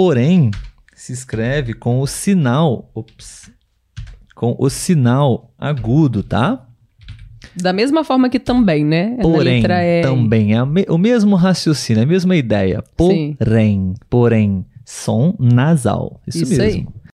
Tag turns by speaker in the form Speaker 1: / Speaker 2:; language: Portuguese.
Speaker 1: porém se escreve com o sinal, ops, com o sinal agudo, tá?
Speaker 2: Da mesma forma que também, né? Na
Speaker 1: Porém,
Speaker 2: letra é-
Speaker 1: também é a me- o mesmo raciocínio, a mesma ideia.
Speaker 2: Sim.
Speaker 1: Porém, porém, som nasal. Isso,
Speaker 2: Isso aí.
Speaker 1: mesmo.